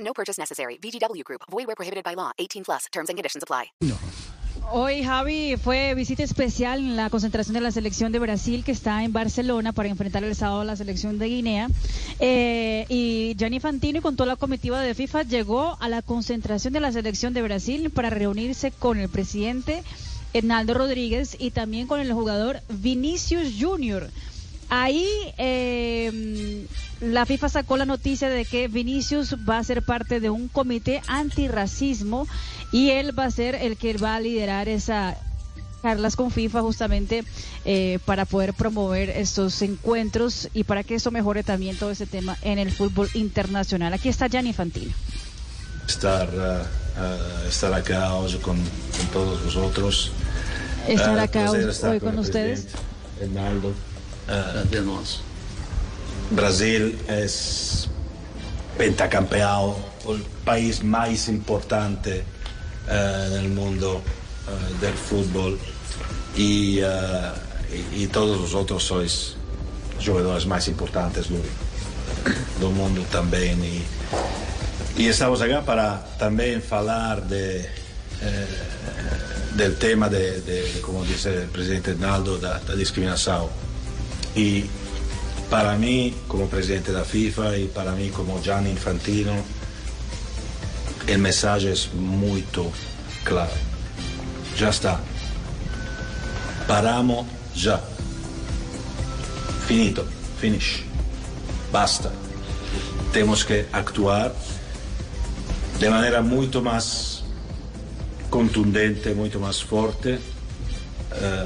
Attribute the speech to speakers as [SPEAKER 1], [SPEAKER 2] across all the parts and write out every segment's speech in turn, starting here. [SPEAKER 1] No purchase necessary. VGW Group. Void where prohibited by law. 18 plus. Terms and conditions apply.
[SPEAKER 2] Hoy, Javi, fue visita especial en la concentración de la selección de Brasil que está en Barcelona para enfrentar el sábado a la selección de Guinea. Eh, y Gianni Fantino con toda la comitiva de FIFA llegó a la concentración de la selección de Brasil para reunirse con el presidente Hernaldo Rodríguez y también con el jugador Vinicius Junior. Ahí eh, la FIFA sacó la noticia de que Vinicius va a ser parte de un comité antirracismo y él va a ser el que va a liderar esa charlas con FIFA justamente eh, para poder promover estos encuentros y para que eso mejore también todo ese tema en el fútbol internacional. Aquí está Gianni Fantino.
[SPEAKER 3] Estar, uh, uh, estar acá hoy con, con, todos vosotros. Ah,
[SPEAKER 2] Estar acá uh, hoy, estar hoy, con, con ustedes.
[SPEAKER 3] Hernaldo. Uh, de nós. Brasil é pentacampeão, o país mais importante uh, no mundo uh, do futebol e, e, e, ah, todos os outros sois jogadores mais importantes do, do mundo também e, e estamos aqui para também falar de eh, do tema de, de, como disse o presidente Naldo da, da discriminação y para mí como presidente de la FIFA y para mí como Gianni Infantino el mensaje es muy claro ya está paramos ya finito finish basta tenemos que actuar de manera mucho más contundente mucho más fuerte eh,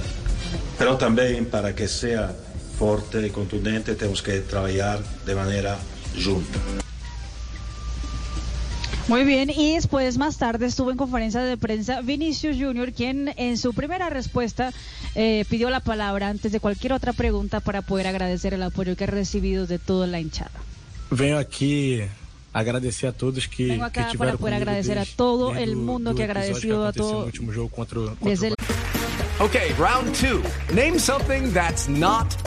[SPEAKER 3] pero también para que sea fuerte y contundente, tenemos que trabajar de manera junta.
[SPEAKER 2] Muy bien, y después más tarde estuvo en conferencia de prensa Vinicius Junior, quien en su primera respuesta eh, pidió la palabra antes de cualquier otra pregunta para poder agradecer el apoyo que ha recibido de toda la hinchada.
[SPEAKER 4] Vengo aquí agradecer a todos que,
[SPEAKER 2] Vengo acá
[SPEAKER 4] que
[SPEAKER 2] para poder agradecer desde, a todo el mundo que ha agradecido que a todo.
[SPEAKER 4] El juego contra, contra desde el...
[SPEAKER 5] Okay, round two. Name something that's not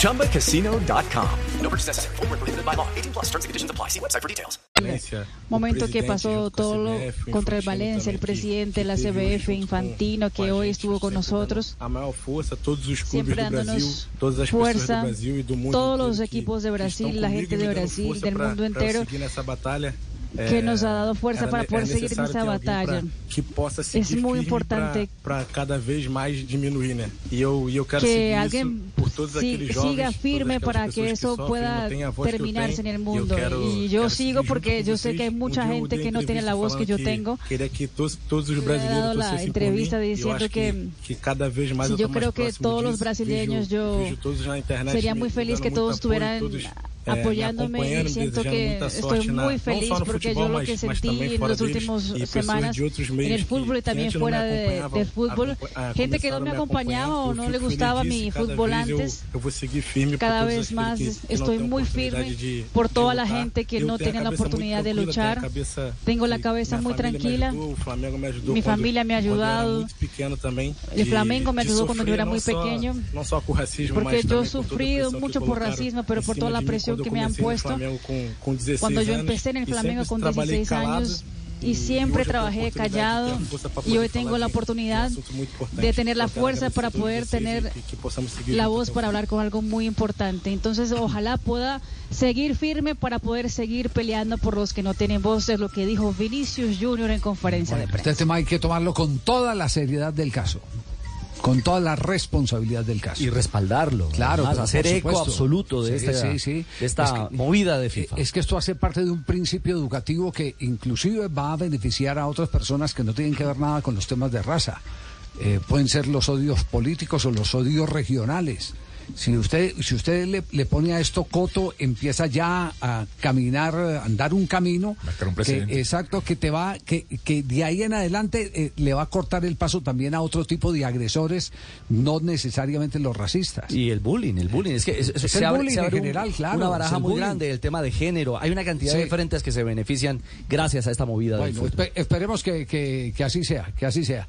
[SPEAKER 5] ChumbaCasino.com. No purchase necessary. Full prohibited by law. 18 plus terms and conditions apply. See website for details.
[SPEAKER 2] Momento que pasó todo lo contra el Valencia, el presidente de la CBF Infantino que hoy estuvo con nosotros.
[SPEAKER 4] A mayor fuerza, todos los clubes del Brasil, todas las
[SPEAKER 2] fuerza,
[SPEAKER 4] do Brasil y do mundo
[SPEAKER 2] todos los equipos de Brasil,
[SPEAKER 4] e
[SPEAKER 2] la gente de Brasil, del mundo entero.
[SPEAKER 4] eh,
[SPEAKER 2] que nos ha dado fuerza para poder seguir en esa batalla.
[SPEAKER 4] Que possa
[SPEAKER 2] es muy importante
[SPEAKER 4] para cada vez más disminuir, né? E Y yo, yo quiero
[SPEAKER 2] que alguien
[SPEAKER 4] por todos
[SPEAKER 2] si, siga firme para que eso que pueda terminarse en el mundo. Y yo, quiero, y yo sigo porque yo sé que hay mucha gente que no tiene la voz que yo tengo.
[SPEAKER 4] Quería que todos, todos los brasileños
[SPEAKER 2] dado la entrevista
[SPEAKER 4] mí,
[SPEAKER 2] diciendo que,
[SPEAKER 4] que, cada vez más
[SPEAKER 2] si yo creo que todos los
[SPEAKER 4] disso,
[SPEAKER 2] brasileños yo
[SPEAKER 4] vejo todos na internet,
[SPEAKER 2] sería muy feliz que todos estuvieran apoyándome y siento que estoy muy feliz porque yo lo que sentí en las últimas semanas en el fútbol y también fuera de, del fútbol, gente que no me acompañaba o no le gustaba mi fútbol antes, cada vez más estoy muy firme por toda la gente que no tiene la oportunidad de luchar. Tengo la cabeza muy tranquila, mi familia me ha ayudado, el Flamengo me ayudó cuando yo era muy pequeño, porque yo he sufrido mucho por racismo, pero por toda la presión que me han puesto. Cuando yo empecé en el Flamengo con 16 años y siempre trabajé callado y hoy tengo la oportunidad de tener la fuerza para poder tener la voz para hablar con algo muy importante. Entonces, ojalá pueda seguir firme para poder seguir peleando por los que no tienen voz, es lo que dijo Vinicius Junior en conferencia de prensa.
[SPEAKER 6] Este tema hay que tomarlo con toda la seriedad del caso.
[SPEAKER 4] Con toda la responsabilidad del caso.
[SPEAKER 7] Y respaldarlo.
[SPEAKER 4] Claro,
[SPEAKER 7] además,
[SPEAKER 4] pero
[SPEAKER 7] hacer
[SPEAKER 4] por
[SPEAKER 7] eco
[SPEAKER 4] supuesto.
[SPEAKER 7] absoluto de
[SPEAKER 4] Sí,
[SPEAKER 7] esta,
[SPEAKER 4] sí, sí.
[SPEAKER 7] de esta
[SPEAKER 4] Es que-
[SPEAKER 7] movida de FIFA.
[SPEAKER 4] Es que esto hace parte de un principio educativo que inclusive va a beneficiar a otras personas que no tienen que ver nada con los temas de raza. Eh, pueden ser los odios políticos o los odios regionales. Si usted, si usted le, le pone a esto coto, empieza ya a caminar, a andar un camino.
[SPEAKER 8] Marcar un
[SPEAKER 4] que-
[SPEAKER 8] precedente.
[SPEAKER 4] exacto, que te va, que, que de ahí en adelante eh, le va a cortar el paso también a otro tipo de agresores, no necesariamente los racistas.
[SPEAKER 7] Y el bullying, el bullying. Es que es- es-
[SPEAKER 4] Es el bullying en
[SPEAKER 7] un-
[SPEAKER 4] general, claro,
[SPEAKER 7] Una
[SPEAKER 4] es
[SPEAKER 7] baraja
[SPEAKER 4] el
[SPEAKER 7] muy
[SPEAKER 4] bullying.
[SPEAKER 7] grande, el tema de género. Hay una cantidad de
[SPEAKER 4] Sí.
[SPEAKER 7] frentes que se benefician gracias a esta movida del
[SPEAKER 4] Bueno,
[SPEAKER 7] fútbol.
[SPEAKER 4] espe- esperemos que, que- que así sea, que así sea.